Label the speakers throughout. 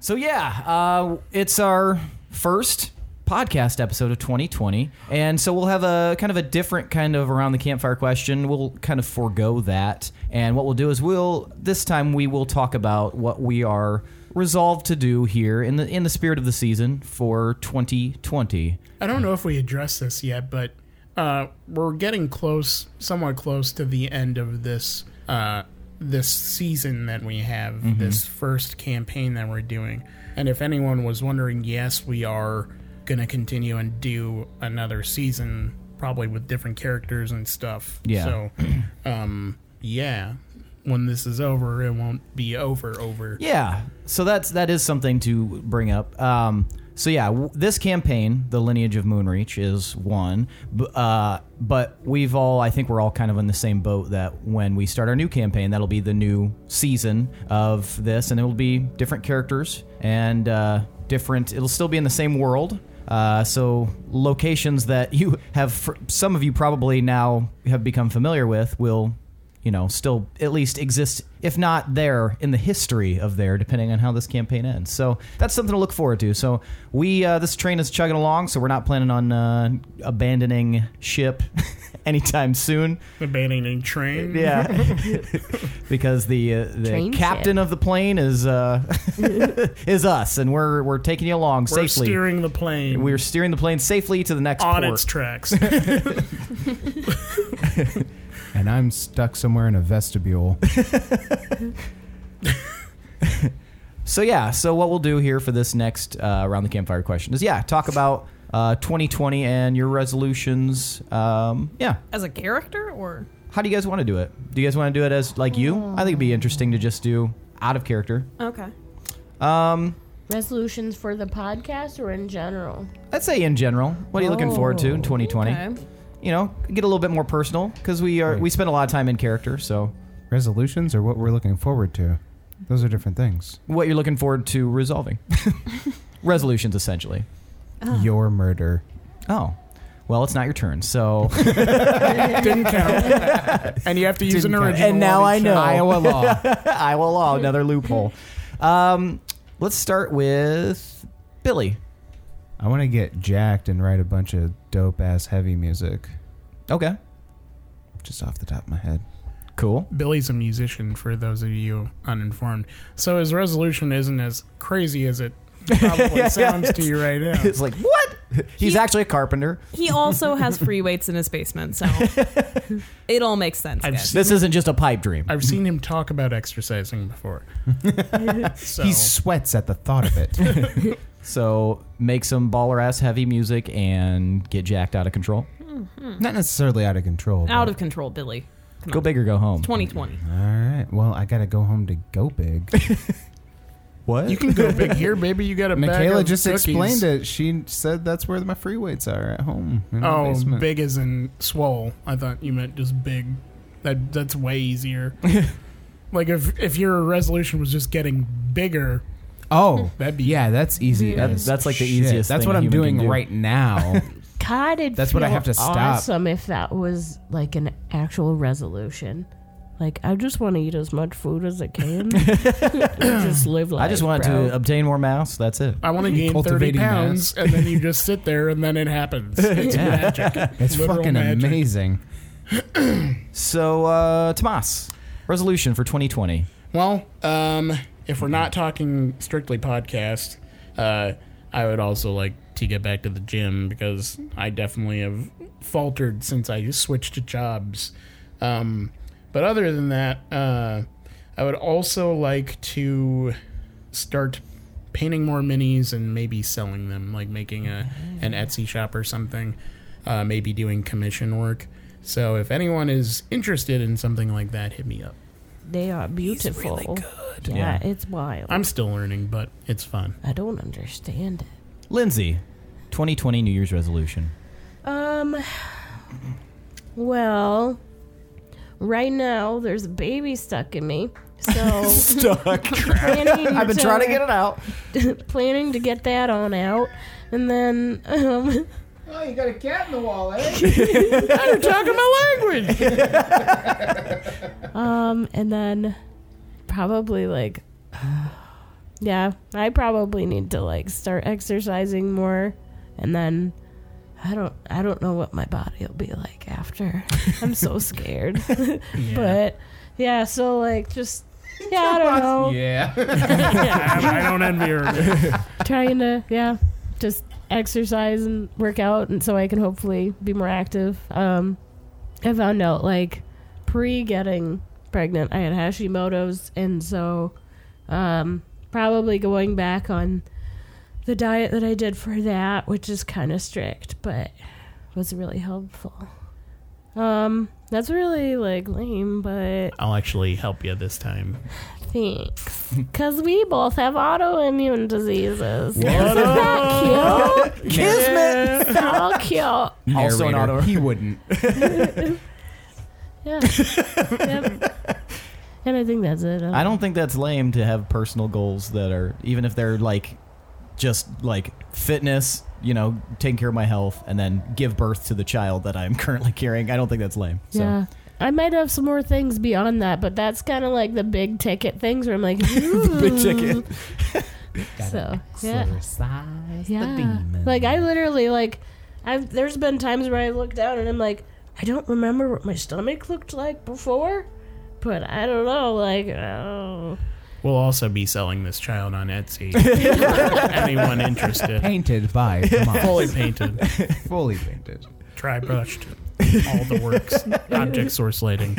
Speaker 1: So yeah, uh, it's our first podcast episode of 2020, and so we'll have a kind of a different kind of around the campfire question. We'll kind of forego that, and what we'll do is we'll this time we will talk about what we are resolved to do here in the in the spirit of the season for 2020.
Speaker 2: I don't know if we addressed this yet, but uh, we're getting close, somewhat close to the end of this uh, this season that we have,
Speaker 1: Mm-hmm.
Speaker 2: this first campaign that we're doing. And if anyone was wondering, yes, we are going to continue and do another season, probably with different characters and stuff.
Speaker 1: Yeah.
Speaker 2: So, um, yeah, when this is over, it won't be over. Over.
Speaker 1: Yeah, so that's that is something to bring up. Um, so yeah, w- this campaign, the lineage of Moonreach, is one. B- uh, but we've all, I think, we're all kind of in the same boat that when we start our new campaign, that'll be the new season of this, and it'll be different characters and uh, different. It'll still be in the same world. Uh, so locations that you have, fr- some of you probably now have become familiar with, will you know, still at least exist, if not there, in the history of there, depending on how this campaign ends. So that's something to look forward to. So we, uh, this train is chugging along, so we're not planning on uh, abandoning ship anytime soon.
Speaker 2: Abandoning train.
Speaker 1: Yeah, because the uh, the
Speaker 3: Train
Speaker 1: captain
Speaker 3: ship.
Speaker 1: of the plane is uh, is us, and we're we're taking you along
Speaker 2: We're
Speaker 1: safely.
Speaker 2: steering the plane.
Speaker 1: we're steering the plane safely to the next
Speaker 2: on
Speaker 1: port.
Speaker 2: its tracks.
Speaker 4: and I'm stuck somewhere in a vestibule.
Speaker 1: So yeah, so what we'll do here for this next uh, around the campfire question is yeah, talk about uh, 2020 and your resolutions. Um, yeah,
Speaker 5: As a character, or
Speaker 1: how do you guys want to do it? Do you guys want to do it as like you? I think it'd be interesting to just do out of character.
Speaker 5: okay,
Speaker 1: Um,
Speaker 3: Resolutions for the podcast or in general?
Speaker 1: I'd say in general, what are you looking forward to in
Speaker 3: Oh,
Speaker 1: 2020?
Speaker 5: okay.
Speaker 1: You know, get a little bit more personal because we are we spend a lot of time in character. So
Speaker 4: Resolutions are what we're looking forward to. Those are different things.
Speaker 1: what you're looking forward to resolving? resolutions essentially.
Speaker 2: Ah.
Speaker 4: Your murder.
Speaker 1: Oh, well, it's not your turn. So
Speaker 2: Didn't count. and you have to use an
Speaker 4: Didn't count.
Speaker 2: original.
Speaker 1: And now
Speaker 2: on
Speaker 1: I
Speaker 2: each
Speaker 1: know.
Speaker 2: side.
Speaker 4: Iowa law.
Speaker 1: Iowa law, another loophole. Um, let's start with Billy.
Speaker 4: I want to get jacked and write a bunch of dope ass heavy music.
Speaker 1: Okay,
Speaker 4: Just off the top of my head.
Speaker 1: cool.
Speaker 2: Billy's a musician, for those of you uninformed. So his resolution isn't as crazy as it probably sounds to you right now.
Speaker 1: It's like what? He's
Speaker 5: He-
Speaker 1: actually a carpenter.
Speaker 5: He also has free weights in his basement, so it all makes sense.
Speaker 2: I've
Speaker 5: guys.
Speaker 2: seen,
Speaker 1: This isn't just a pipe dream.
Speaker 2: I've seen him talk about exercising before. so,
Speaker 4: He sweats at the thought of it.
Speaker 1: So make some baller ass heavy music and get jacked out of control.
Speaker 4: Not necessarily out of control.
Speaker 5: Out
Speaker 4: but-
Speaker 5: of control, Billy.
Speaker 1: Go big or go home.
Speaker 5: 2020.
Speaker 4: All right. Well, I got to go home to go big.
Speaker 1: What?
Speaker 2: you can go big here, baby. You got a bag
Speaker 4: Michaela
Speaker 2: of
Speaker 4: just
Speaker 2: cookies.
Speaker 4: explained it. She said that's where my free weights are at home. in my
Speaker 2: Oh,
Speaker 4: basement.
Speaker 2: big as in swole. I thought you meant just big. That that's way easier. like if if your resolution was just getting bigger,
Speaker 4: Oh,
Speaker 2: That'd be-
Speaker 4: yeah. That's easy.
Speaker 1: That-
Speaker 4: as
Speaker 1: that's like the
Speaker 4: shit.
Speaker 1: easiest
Speaker 4: That's
Speaker 1: thing
Speaker 4: what
Speaker 1: a
Speaker 4: I'm
Speaker 1: human
Speaker 4: doing
Speaker 1: can do.
Speaker 4: right now.
Speaker 3: God, it
Speaker 4: That's what I have to stop.
Speaker 3: Awesome if that was like an actual resolution. Like I just want to eat as much food as I can. just live life.
Speaker 1: I just wanted
Speaker 3: bro.
Speaker 1: to obtain more mouse. That's it.
Speaker 2: I want to gain thirty
Speaker 4: Cultivating
Speaker 2: pounds, and then you just sit there, and then it happens. It's magic.
Speaker 4: It's
Speaker 2: Literal
Speaker 4: fucking
Speaker 2: magic.
Speaker 4: amazing.
Speaker 1: So uh, Tomas, resolution for 2020.
Speaker 2: Well, um, if we're not talking strictly podcast, uh, I would also like to get back to the gym because I definitely have faltered since I switched jobs. Um, but other than that, uh, I would also like to start painting more minis and maybe selling them, like making a an Etsy shop or something. Uh, maybe doing commission work. So if anyone is interested in something like that, hit me up.
Speaker 3: They are beautiful. Yeah, it's wild.
Speaker 2: I'm still learning, but it's fun.
Speaker 3: I don't understand it.
Speaker 1: Lindsay, 2020 New Year's resolution.
Speaker 3: Um. Well, right now there's a baby stuck in me, so
Speaker 1: Stuck.
Speaker 3: planning
Speaker 1: I've been trying to get
Speaker 3: it.
Speaker 1: it out.
Speaker 3: planning to get that on out, and then um,
Speaker 4: Oh, you got a cat in the wall, eh?
Speaker 2: Talking my language.
Speaker 3: um, and then probably like Yeah, I probably need to like start exercising more, and then I don't I don't know what my body will be like after. I'm so scared,
Speaker 2: Yeah.
Speaker 3: but yeah. So like just yeah, I don't know.
Speaker 4: Yeah.
Speaker 2: I, I don't envy her.
Speaker 3: Trying to yeah, just exercise and work out, and so I can hopefully be more active. Um, I found out like pre getting pregnant, I had Hashimoto's, and so um, probably going back on the diet that I did for that, which is kind of strict, but was really helpful. Um, that's really like lame, but
Speaker 2: I'll actually help you this time.
Speaker 3: thanks, because we both have autoimmune diseses. Isn't
Speaker 2: up?
Speaker 3: that cute?
Speaker 2: Kismet.
Speaker 3: So cute.
Speaker 1: Also an
Speaker 4: Narrator.
Speaker 1: auto-
Speaker 4: He wouldn't.
Speaker 3: Yeah. Yep. And I think that's it.
Speaker 1: I don't think that's lame to have personal goals that are even if they're like just like fitness, you know, taking care of my health and then give birth to the child that I'm currently carrying. I don't think that's lame. So
Speaker 3: Yeah. I might have some more things beyond that, but that's kind of like the big ticket things where I'm like, the
Speaker 1: big ticket.
Speaker 3: So, yeah. yeah. Like I literally like I've there's been times where I look down and I'm like, I don't remember what my stomach looked like before, but I don't know like oh.
Speaker 2: We'll also be selling this child on Etsy. Anyone interested?
Speaker 4: Painted by the mom.
Speaker 2: Fully painted,
Speaker 4: Fully painted.
Speaker 2: dry brushed, all the works. Object source lighting.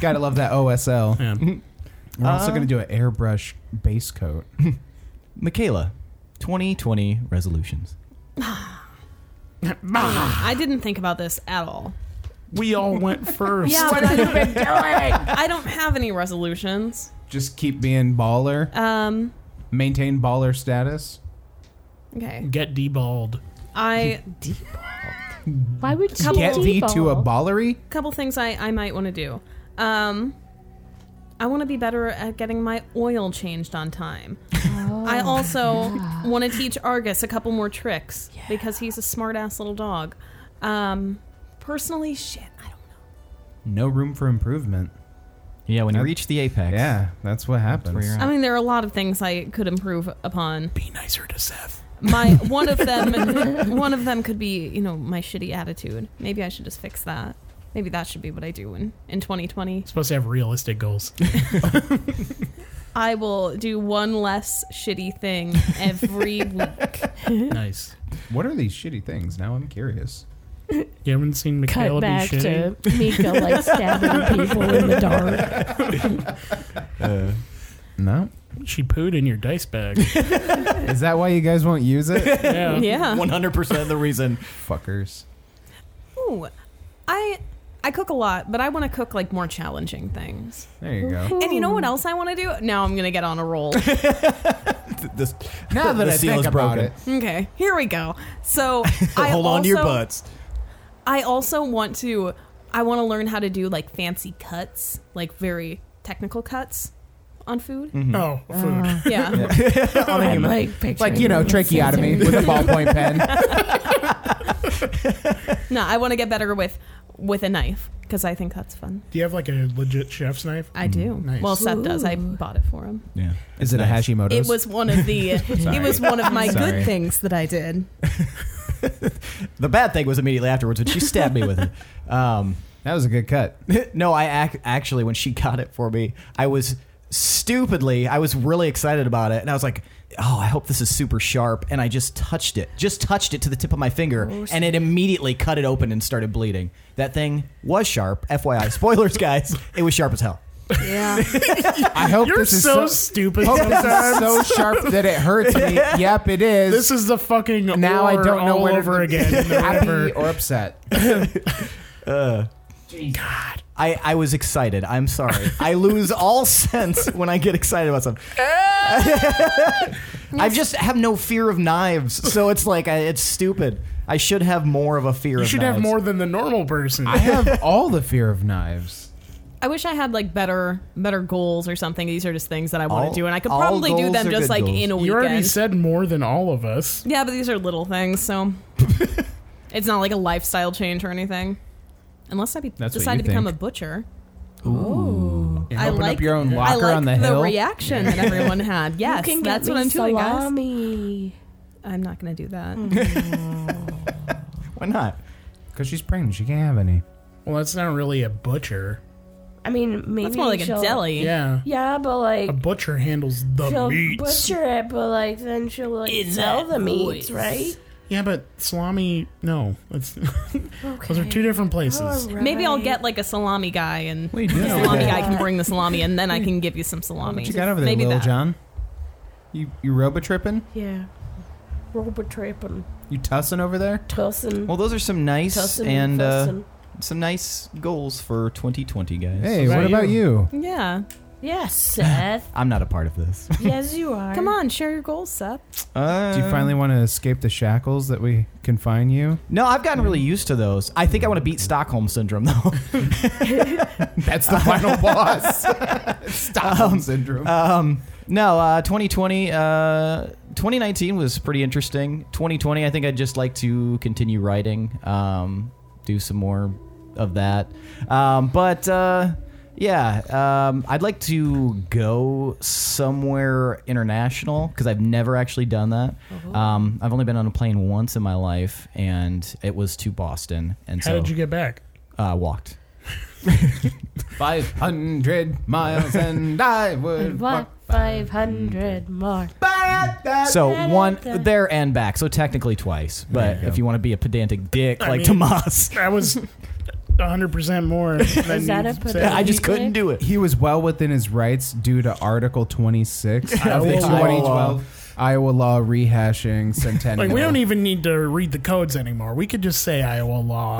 Speaker 4: Gotta love that OSL.
Speaker 2: Yeah.
Speaker 4: We're also gonna do an airbrush base coat.
Speaker 1: Michaela, 2020 resolutions.
Speaker 5: I didn't think about this at all.
Speaker 2: We all went first.
Speaker 5: Yeah, but I don't, I don't have any resolutions.
Speaker 4: Just keep being baller.
Speaker 5: Um,
Speaker 4: Maintain baller status.
Speaker 5: okay.
Speaker 2: Get deballed.
Speaker 5: I
Speaker 3: Why would you
Speaker 4: Get thee
Speaker 3: default?
Speaker 4: to a ballery.
Speaker 5: couple things I, I might want to do. Um, I want to be better at getting my oil changed on time. I also want to teach Argus a couple more tricks because he's a smart ass little dog. Um, personally, shit, I don't know.
Speaker 4: No room for improvement.
Speaker 1: Yeah, when you reach the apex.
Speaker 4: Yeah, that's what happens.
Speaker 1: where you're at.
Speaker 5: I mean, there are a lot of things I could improve upon.
Speaker 2: Be nicer to Seth.
Speaker 5: My one of them, one of them could be, you know, my shitty attitude. Maybe I should just fix that. Maybe that should be what I do in in 2020.
Speaker 2: Supposed to have realistic goals.
Speaker 5: I will do one less shitty thing every week.
Speaker 2: nice.
Speaker 4: What are these shitty things? Now I'm curious.
Speaker 2: You haven't seen
Speaker 3: cut
Speaker 2: Michaela be
Speaker 3: back
Speaker 2: shitty?
Speaker 3: to Mika like stabbing people in the dark?
Speaker 4: No.
Speaker 2: She pooed in your dice bag.
Speaker 4: Is that why you guys won't use it?
Speaker 2: Yeah.
Speaker 1: Um,
Speaker 5: Yeah.
Speaker 1: 100% the reason.
Speaker 4: Fuckers.
Speaker 5: Ooh, I I cook a lot, but I want to cook like more challenging things.
Speaker 4: There you go.
Speaker 5: And you know what else I want to do? Now I'm gonna get on a roll.
Speaker 1: This,
Speaker 4: Now that
Speaker 1: the
Speaker 4: I
Speaker 1: seal
Speaker 4: think
Speaker 1: is
Speaker 4: about
Speaker 1: broken.
Speaker 4: it,
Speaker 5: okay, here we go. So I
Speaker 1: Hold on to your
Speaker 5: also-
Speaker 1: butts.
Speaker 5: I also want to I want to learn how to do like fancy cuts, like very technical cuts on food.
Speaker 1: Mm-hmm.
Speaker 2: Oh,
Speaker 3: Uh,
Speaker 2: food.
Speaker 5: Yeah. Oh.
Speaker 3: I'm like,
Speaker 4: like you know, tracheotomy with a ballpoint pen.
Speaker 5: No, I want to get better with with a knife because I think that's fun.
Speaker 2: Do you have like a legit chef's knife?
Speaker 5: I do.
Speaker 1: Mm,
Speaker 2: nice.
Speaker 5: Well, Seth does. I
Speaker 3: Ooh.
Speaker 5: bought it for him.
Speaker 1: Yeah.
Speaker 4: Is it a
Speaker 1: Nice.
Speaker 4: Hashimoto's?
Speaker 5: It was one of the it was one of my
Speaker 4: Sorry.
Speaker 5: good things that I did.
Speaker 1: The bad thing was immediately afterwards when she stabbed me with it. Um,
Speaker 4: That was a good cut.
Speaker 1: no, I ac- actually, when she got it for me, I was stupidly, I was really excited about it. And I was like, oh, I hope this is super sharp. And I just touched it, just touched it to the tip of my finger. and it immediately cut it open and started bleeding. That thing was sharp. FYI, spoilers, guys, it was sharp as hell.
Speaker 5: Yeah.
Speaker 4: I hope
Speaker 2: You're
Speaker 4: this is
Speaker 2: so, stupid.
Speaker 4: hope this
Speaker 2: sometimes.
Speaker 4: is so sharp that it hurts me. Yep, it is.
Speaker 2: This is the fucking
Speaker 4: now I
Speaker 2: war
Speaker 4: don't know
Speaker 2: all
Speaker 4: whether
Speaker 2: over
Speaker 4: to be
Speaker 2: again.
Speaker 4: Happy
Speaker 2: Never.
Speaker 4: or upset?
Speaker 2: God,
Speaker 1: I, I was excited. I'm sorry. I lose all sense when I get excited about something. I just have no fear of knives, so it's like I, it's stupid. I should have more of a fear.
Speaker 2: you
Speaker 1: of
Speaker 2: should
Speaker 1: knives.
Speaker 2: have more than the normal person.
Speaker 4: I have all the fear of knives.
Speaker 5: I wish I had like better better goals or something. These are just things that I want
Speaker 1: All-
Speaker 5: to do, and I could
Speaker 1: all
Speaker 5: probably do
Speaker 1: goals
Speaker 5: them
Speaker 1: are
Speaker 5: just
Speaker 1: good
Speaker 5: like
Speaker 1: goals.
Speaker 5: in a
Speaker 2: you already
Speaker 5: weekend.
Speaker 2: said more than all of us.
Speaker 5: yeah, but these are little things, so it's not like a lifestyle change or anything. Unless I be-
Speaker 4: That's what
Speaker 5: decide
Speaker 4: you
Speaker 5: to become a
Speaker 4: think.
Speaker 5: butcher.
Speaker 1: Ooh.
Speaker 5: I
Speaker 4: open
Speaker 5: like
Speaker 4: up your own
Speaker 5: I
Speaker 4: locker
Speaker 5: like
Speaker 4: on the, hill.
Speaker 5: reaction that everyone had. Yes,
Speaker 3: you can
Speaker 5: that's
Speaker 3: get
Speaker 5: what
Speaker 3: me
Speaker 5: I'm doing, guys.
Speaker 3: salami.
Speaker 5: I'm not gonna do that.
Speaker 1: Why not?
Speaker 4: Because she's pregnant, she can't have any.
Speaker 2: Well, that's not really a butcher.
Speaker 3: I mean, maybe
Speaker 5: That's more like a
Speaker 3: she'll-
Speaker 5: deli.
Speaker 2: Yeah.
Speaker 3: Yeah, but like
Speaker 2: A butcher handles the
Speaker 3: she'll
Speaker 2: meats.
Speaker 3: butcher it, but like then she'll like
Speaker 5: Is
Speaker 3: sell
Speaker 5: that
Speaker 3: the meats,
Speaker 5: voice?
Speaker 3: right?
Speaker 2: Yeah, but salami, no. It's, Those are two different places.
Speaker 5: Maybe I'll get like a salami guy, and
Speaker 4: What are you doing
Speaker 5: the
Speaker 4: over
Speaker 5: salami
Speaker 4: there?
Speaker 5: guy can bring the salami, and then I can give you some salami.
Speaker 4: What you got over there,
Speaker 5: Maybe
Speaker 4: Lil
Speaker 5: that.
Speaker 4: John? You you robo tripping?
Speaker 3: yeah, robot tripping,
Speaker 4: You tussing over there?
Speaker 3: tussing,
Speaker 1: Well, those are some nice
Speaker 3: tussing,
Speaker 1: and uh,
Speaker 3: fussing.
Speaker 1: some nice goals for 2020, guys.
Speaker 4: Hey,
Speaker 2: What
Speaker 4: what
Speaker 2: about
Speaker 4: about you?
Speaker 5: Yeah,
Speaker 3: yes, Seth.
Speaker 1: I'm not a part of this.
Speaker 3: yes, you are.
Speaker 5: come on, share your goals, Seth.
Speaker 1: Uh,
Speaker 4: Do you finally want to escape the shackles that we confine you?
Speaker 1: No, I've gotten really used to those. I think I want to beat Stockholm syndrome though.
Speaker 4: That's the final boss. Stockholm syndrome.
Speaker 1: um, no, uh, 2020, uh, 2019 was pretty interesting. 2020, I think I'd just like to continue writing, um, do some more of that. Um, but uh, yeah, um, I'd like to go somewhere international because I've never actually done that.
Speaker 2: Uh-huh.
Speaker 1: Um, I've only been on a plane once in my life, and it was to Boston. And
Speaker 2: How
Speaker 1: so
Speaker 2: did you get back?
Speaker 1: uh, walked.
Speaker 4: Five hundred miles, and I would
Speaker 3: What five hundred more?
Speaker 1: So one
Speaker 3: Da-da-da.
Speaker 1: there and back. So technically twice. But
Speaker 4: you go.
Speaker 1: if you want to be a pedantic dick
Speaker 2: I
Speaker 1: like
Speaker 2: mean-
Speaker 1: Tomas,
Speaker 2: I was 100% more than
Speaker 3: Is that
Speaker 2: you
Speaker 3: a
Speaker 2: said.
Speaker 3: potato?
Speaker 1: I just
Speaker 3: Dick?
Speaker 1: couldn't do it.
Speaker 4: He was well within his rights due to Article Twenty Six
Speaker 2: I
Speaker 4: of the
Speaker 2: will-
Speaker 4: Twenty Twelve Iowa law rehashing centennial.
Speaker 2: Like we don't even need to read the codes anymore. We could just say Iowa law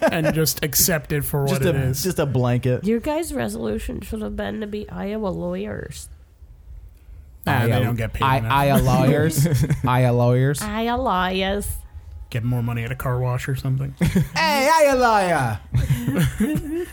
Speaker 2: and just accept it for what
Speaker 1: Just
Speaker 2: it
Speaker 1: a
Speaker 2: is.
Speaker 1: just a blanket.
Speaker 3: Your guys' resolution should have been to be Iowa lawyers.
Speaker 2: Nah,
Speaker 4: Iowa-
Speaker 2: they don't get paid.
Speaker 4: I,
Speaker 2: enough.
Speaker 4: Iowa lawyers. Iowa lawyers.
Speaker 3: Iowa lawyers.
Speaker 2: get more money at a car wash or something.
Speaker 4: Hey, Iowa lawyer.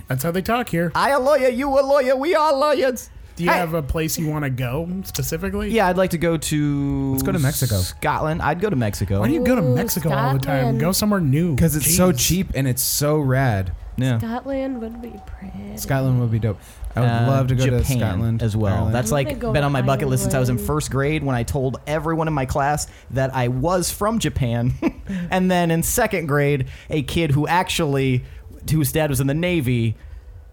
Speaker 2: That's how they talk here.
Speaker 1: I a lawyer, you a lawyer, we are lawyers.
Speaker 2: Do you
Speaker 1: Hey.
Speaker 2: have a place you want to go specifically?
Speaker 1: Yeah, I'd like to go to
Speaker 4: Let's go to Mexico.
Speaker 1: Scotland. I'd go to Mexico.
Speaker 2: Why do you go to
Speaker 3: Ooh,
Speaker 2: Mexico all the time?
Speaker 3: Scotland.
Speaker 2: Go somewhere new.
Speaker 4: Because it's so
Speaker 2: Jeez.
Speaker 4: cheap and it's so rad.
Speaker 1: yeah.
Speaker 3: Scotland would be pretty.
Speaker 4: Scotland would be dope. I would
Speaker 1: Uh,
Speaker 4: love to go to
Speaker 1: Japan
Speaker 4: Scotland
Speaker 1: as well.
Speaker 4: Ireland.
Speaker 1: That's
Speaker 3: I'm gonna
Speaker 1: like
Speaker 3: go
Speaker 1: been
Speaker 3: to
Speaker 1: on my bucket list since I was in
Speaker 3: Ireland.
Speaker 1: first grade when I told everyone in my class that I was from Japan, and then in second grade, a kid who actually whose dad was in the Navy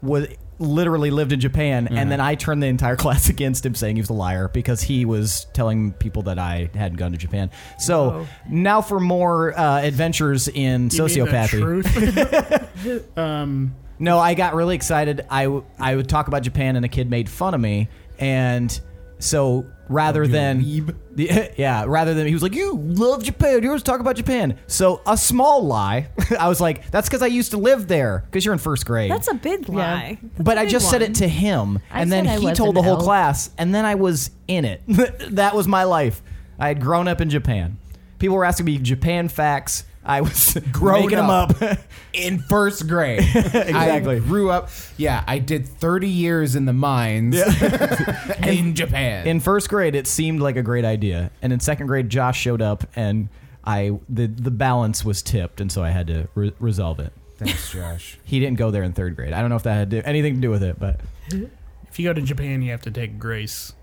Speaker 1: was literally lived in Japan,
Speaker 4: Mm-hmm.
Speaker 1: and then I turned the entire class against him, saying he was a liar because he was telling people that I had gone to Japan. So
Speaker 2: Whoa.
Speaker 1: now for more uh, adventures in
Speaker 2: You mean the
Speaker 1: sociopathy.
Speaker 2: truth? um,
Speaker 1: No, I got really excited. I, w- I would talk about Japan and a kid made fun of me. And so rather than. Yeah, rather than. He was like, You love Japan. You always talk about Japan. So a small lie. I was like, That's because I used to live there. Because you're in first grade.
Speaker 5: That's a big lie. That's
Speaker 1: but
Speaker 5: a
Speaker 1: I
Speaker 5: big
Speaker 1: just said
Speaker 5: one.
Speaker 1: it to him.
Speaker 3: I
Speaker 1: and then
Speaker 3: said I
Speaker 1: he
Speaker 3: was
Speaker 1: told
Speaker 3: an
Speaker 1: the whole
Speaker 3: elf.
Speaker 1: class. And then I was in it. that was my life. I had grown up in Japan. People were asking me Japan facts. I was
Speaker 4: Grown
Speaker 1: making them
Speaker 4: up.
Speaker 1: up.
Speaker 4: in first grade. exactly. I grew up. Yeah, I did 30 years in the mines in Japan.
Speaker 1: In first grade, it seemed like a great idea, and in second grade, Josh showed up, and I the the balance was tipped, and so I had to re- resolve it.
Speaker 4: Thanks, Josh.
Speaker 1: He didn't go there in third grade. I don't know if that had to, anything to do with it, but
Speaker 2: if you go to Japan, you have to take Grace.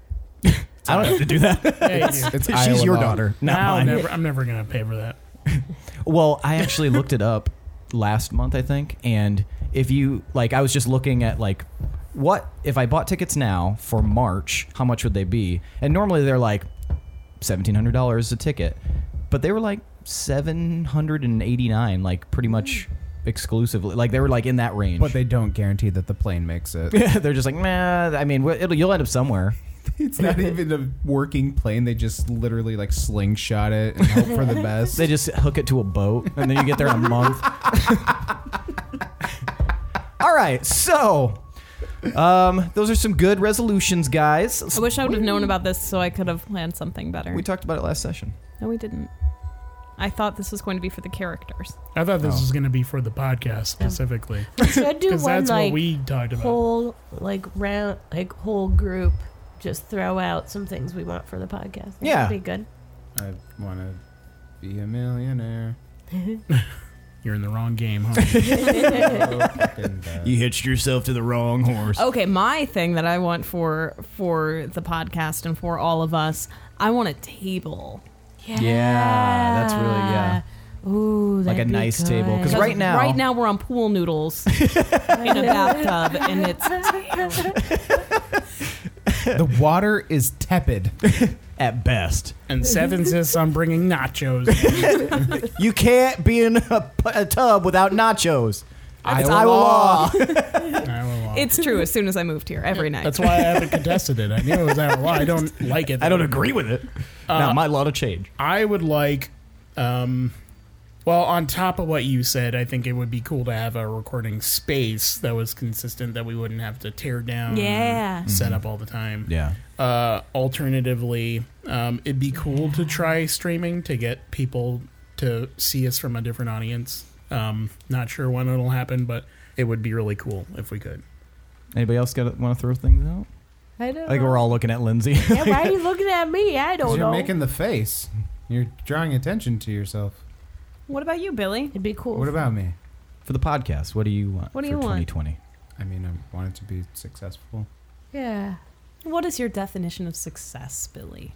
Speaker 1: I don't have to do that.
Speaker 2: Yeah, you do.
Speaker 4: It's
Speaker 1: She's
Speaker 4: Iowa
Speaker 1: your
Speaker 4: law.
Speaker 1: daughter, not
Speaker 2: Now,
Speaker 1: mine.
Speaker 2: never, I'm never gonna pay for that.
Speaker 1: Well, I actually looked it up last month, I think, and if you like, I was just looking at like. What if I bought tickets now for March? How much would they be? And normally they're like seventeen hundred dollars a ticket, but they were like seven hundred and eighty nine, like pretty much exclusively. Like they were like in that range.
Speaker 4: But they don't guarantee that the plane makes it.
Speaker 1: they're just like, nah. I mean, wh- it'll, you'll end up somewhere.
Speaker 4: It's not even a working plane. They just literally like slingshot it and hope for the best.
Speaker 1: They just hook it to a boat, and then you get there in a month. All right, so um, those are some good resolutions, guys.
Speaker 5: I wish I would have known about this so I could have planned something better.
Speaker 1: We talked about it last session.
Speaker 5: no, we didn't. I thought this was going to be for the characters.
Speaker 2: I thought this was gonna be for the podcast specifically
Speaker 3: We should do
Speaker 2: because
Speaker 3: one
Speaker 2: that's
Speaker 3: like
Speaker 2: what we talked about.
Speaker 3: whole like round like whole group. Just throw out some things we want for the podcast. That
Speaker 1: Yeah.
Speaker 3: would be good.
Speaker 4: I want to be a millionaire.
Speaker 2: You're in the wrong game, huh?
Speaker 1: You hitched yourself to the wrong horse.
Speaker 5: Okay, my thing that I want for for the podcast and for all of us, I want a table.
Speaker 3: Yeah.
Speaker 1: that's really- yeah.
Speaker 3: Ooh,
Speaker 1: Like a
Speaker 3: that'd be
Speaker 1: nice table, 'cause
Speaker 3: good.
Speaker 1: right now-
Speaker 5: right now we're on pool noodles in a bathtub, and it's
Speaker 4: the water is tepid.
Speaker 1: At best,
Speaker 2: and Sevens is I'm bringing nachos. in.
Speaker 1: you can't be in a, p- a tub without nachos. It's
Speaker 4: Iowa law.
Speaker 2: I will, uh,
Speaker 5: it's true. As soon as I moved here, every night.
Speaker 2: That's why I haven't contested it. I knew it was out of law. I don't like it.
Speaker 1: I don't agree with it. Not my law to change.
Speaker 2: I would like, um, well, on top of what you said, I think it would be cool to have a recording space that was consistent that we wouldn't have to tear down,
Speaker 5: Yeah.
Speaker 2: and
Speaker 1: Mm-hmm.
Speaker 2: set up all the time.
Speaker 4: Yeah.
Speaker 2: Uh, alternatively, um, it'd be cool to try streaming to get people to see us from a different audience. Um, not sure when it'll happen, but it would be really cool if we could.
Speaker 1: Anybody else got want to throw things out?
Speaker 3: I don't
Speaker 1: I think
Speaker 3: know.
Speaker 1: we're all looking at Lindsay.
Speaker 3: Yeah, why are you looking at me? I don't know.
Speaker 4: You're making the face. You're drawing attention to yourself.
Speaker 5: What about you, Billy?
Speaker 3: It'd be cool.
Speaker 4: What about me?
Speaker 1: for the podcast, what do you want?
Speaker 5: What do
Speaker 1: for
Speaker 5: you want?
Speaker 1: 2020?
Speaker 4: I mean, I want it to be successful.
Speaker 3: Yeah.
Speaker 5: What is your definition of success, Billy?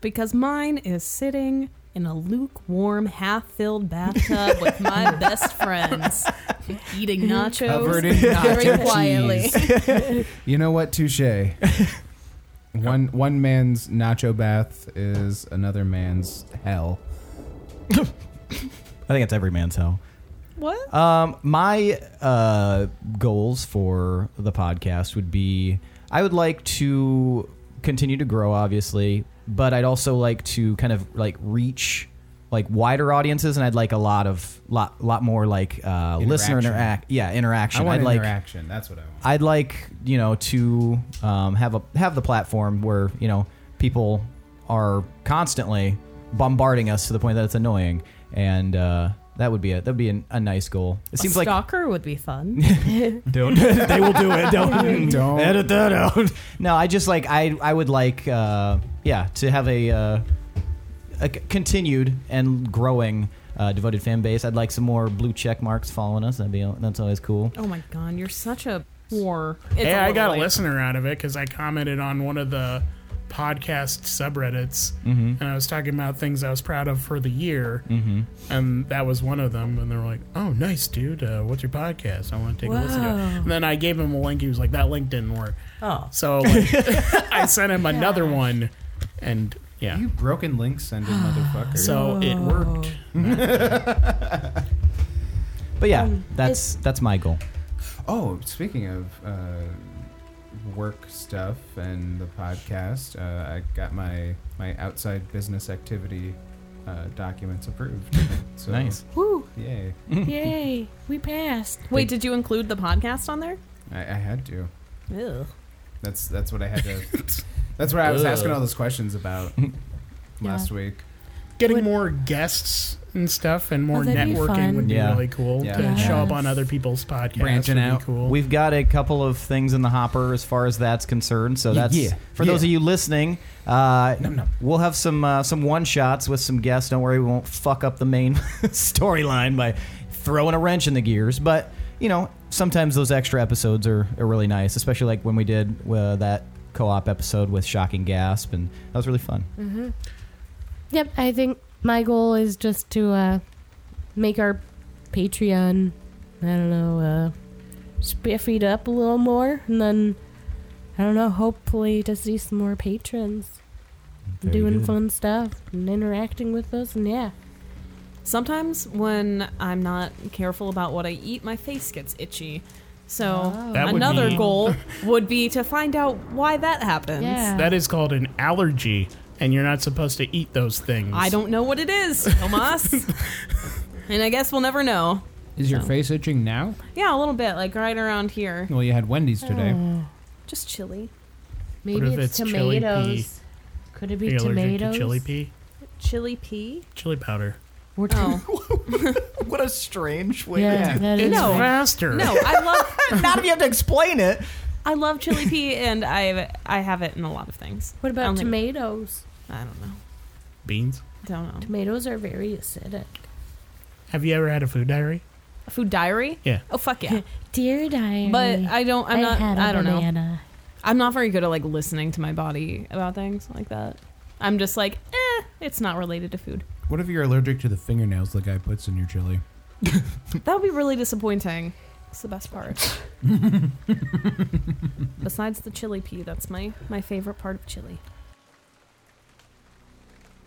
Speaker 5: Because mine is sitting in a lukewarm, half-filled bathtub with my best friends, eating nachos
Speaker 4: Covered in
Speaker 5: very
Speaker 4: nacho
Speaker 5: quietly.
Speaker 4: cheese. You know what? Touche. One one man's nacho bath is another man's hell.
Speaker 1: I think it's every man's hell.
Speaker 5: What?
Speaker 1: Um, my uh, goals for the podcast would be I would like to continue to grow, obviously, but I'd also like to kind of like reach like wider audiences, and I'd like a lot of lot lot more like uh, listener
Speaker 4: Interaction.
Speaker 1: interact. Yeah,
Speaker 4: I
Speaker 1: interaction.
Speaker 4: want
Speaker 1: would like
Speaker 4: interaction. That's what I want.
Speaker 1: I'd like you know to um, have a have the platform where you know people are constantly bombarding us to the point that it's annoying, and uh, that would be a that would be an, a nice goal. It seems like
Speaker 5: stalker would be fun.
Speaker 1: don't they will do it. Don't,
Speaker 4: Don't.
Speaker 1: edit that out. No, I just like I I would like uh, yeah to have a, uh, a c- continued and growing. Uh, devoted fan base. I'd like some more blue check marks following us. That'd be that's always cool.
Speaker 5: Oh my god, you're such a whore. It's
Speaker 2: Hey,
Speaker 5: a
Speaker 2: I
Speaker 5: little
Speaker 2: got
Speaker 5: late.
Speaker 2: a listener out of it because I commented on one of the podcast subreddits,
Speaker 4: Mm-hmm.
Speaker 2: and I was talking about things I was proud of for the year,
Speaker 4: Mm-hmm.
Speaker 2: and that was one of them. And they were like, "Oh, nice, dude. Uh, what's your podcast? I want to take a listen to." it. And then I gave him a link. He was like, "That link didn't work."
Speaker 5: Oh.
Speaker 2: So like, I sent him another one, and yeah,
Speaker 4: You broken link sending motherfucker.
Speaker 2: so it
Speaker 3: Oh.
Speaker 2: worked.
Speaker 1: But yeah, that's that's my goal.
Speaker 4: Oh, speaking of uh, work stuff and the podcast, uh, I got my my outside business activity uh, documents approved. So,
Speaker 1: Nice.
Speaker 3: Woo!
Speaker 4: Yay!
Speaker 3: Yay! We passed.
Speaker 5: Wait, did you include the podcast on there?
Speaker 4: I, I had to.
Speaker 5: Ew.
Speaker 4: That's that's what I had to. that's what I was asking all those questions about last week.
Speaker 2: Getting
Speaker 3: Would- Oh,
Speaker 2: more guests and stuff, and more
Speaker 3: that'd be
Speaker 2: networking
Speaker 3: fun.
Speaker 2: would be
Speaker 1: Yeah.
Speaker 2: really cool.
Speaker 4: Yeah.
Speaker 2: To show up
Speaker 3: Yes.
Speaker 2: on other people's podcasts,
Speaker 4: Branching
Speaker 2: would be
Speaker 4: out.
Speaker 2: cool.
Speaker 1: We've got a couple of things in the hopper as far as that's concerned. So
Speaker 4: Yeah,
Speaker 1: that's
Speaker 4: yeah,
Speaker 1: for those
Speaker 4: yeah.
Speaker 1: of you listening. Uh,
Speaker 4: Nom, nom.
Speaker 1: We'll have some uh, some one shots with some guests. Don't worry, we won't fuck up the main storyline by throwing a wrench in the gears. But you know, sometimes those extra episodes are, are really nice, especially like when we did uh, that co-op episode with Shocking Gasp, and that was really fun.
Speaker 3: Yep, I think my goal is just to uh, make our Patreon, I don't know, uh, spiff it up a little more, and then, I don't know, hopefully to see some more patrons
Speaker 1: Very
Speaker 3: doing
Speaker 1: good.
Speaker 3: fun stuff and interacting with us, and yeah.
Speaker 5: Sometimes when I'm not careful about what I eat, my face gets itchy. So
Speaker 2: That would
Speaker 5: another
Speaker 2: be-
Speaker 5: goal would be to find out why that happens.
Speaker 3: Yeah.
Speaker 2: That is called an allergy, and you're not supposed to eat those things.
Speaker 5: I don't know what it is, Tomas. and I guess we'll never know.
Speaker 4: Is your
Speaker 5: So.
Speaker 4: face itching now?
Speaker 5: Yeah, a little bit, like right around here.
Speaker 4: Well, you had Wendy's today.
Speaker 3: Oh,
Speaker 5: Just chilly.
Speaker 3: maybe
Speaker 2: if
Speaker 3: it's,
Speaker 2: it's chili
Speaker 3: tomatoes. Could it
Speaker 2: Are
Speaker 3: be
Speaker 2: you allergic
Speaker 3: tomatoes?
Speaker 2: to chili pea,
Speaker 5: Chili pea?
Speaker 2: chili powder.
Speaker 3: Or
Speaker 5: Oh.
Speaker 1: What a strange way.
Speaker 3: yeah, that is
Speaker 2: It's
Speaker 5: No.
Speaker 3: right.
Speaker 2: faster.
Speaker 5: No, I love
Speaker 1: Not if you have to explain it.
Speaker 5: I love chili pea and I I have it in a lot of things.
Speaker 3: What about
Speaker 5: Only-
Speaker 3: tomatoes?
Speaker 5: I don't know.
Speaker 2: Beans.
Speaker 5: Don't know.
Speaker 3: Tomatoes are very acidic.
Speaker 2: Have you ever had a food diary?
Speaker 5: A food diary?
Speaker 2: Yeah.
Speaker 5: Oh fuck yeah.
Speaker 3: Dear diary.
Speaker 5: But I don't I'm not
Speaker 3: had a
Speaker 5: I don't know.
Speaker 3: banana.
Speaker 5: I'm not very good at like listening to my body about things like that. I'm just like, eh, it's not related to food.
Speaker 4: What if you're allergic to the fingernails the guy puts in your chili?
Speaker 5: That would be really disappointing. It's the best part. Besides the chili pea, that's my my favorite part of chili.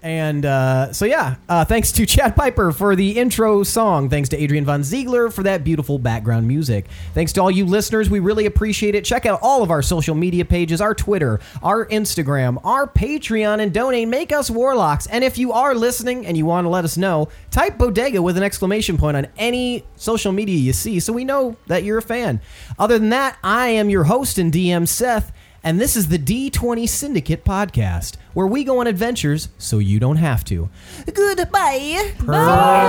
Speaker 1: And uh, so, yeah, uh, thanks to Chad Piper for the intro song. Thanks to Adrian Von Ziegler for that beautiful background music. Thanks to all you listeners. We really appreciate it. Check out all of our social media pages our Twitter, our Instagram, our Patreon, and donate. Make us warlocks. And if you are listening and you want to let us know, type bodega with an exclamation point on any social media you see so we know that you're a fan. Other than that, I am your host and DM, Seth. And this is the D20 Syndicate podcast, where we go on adventures so you don't have to. Goodbye. Bye.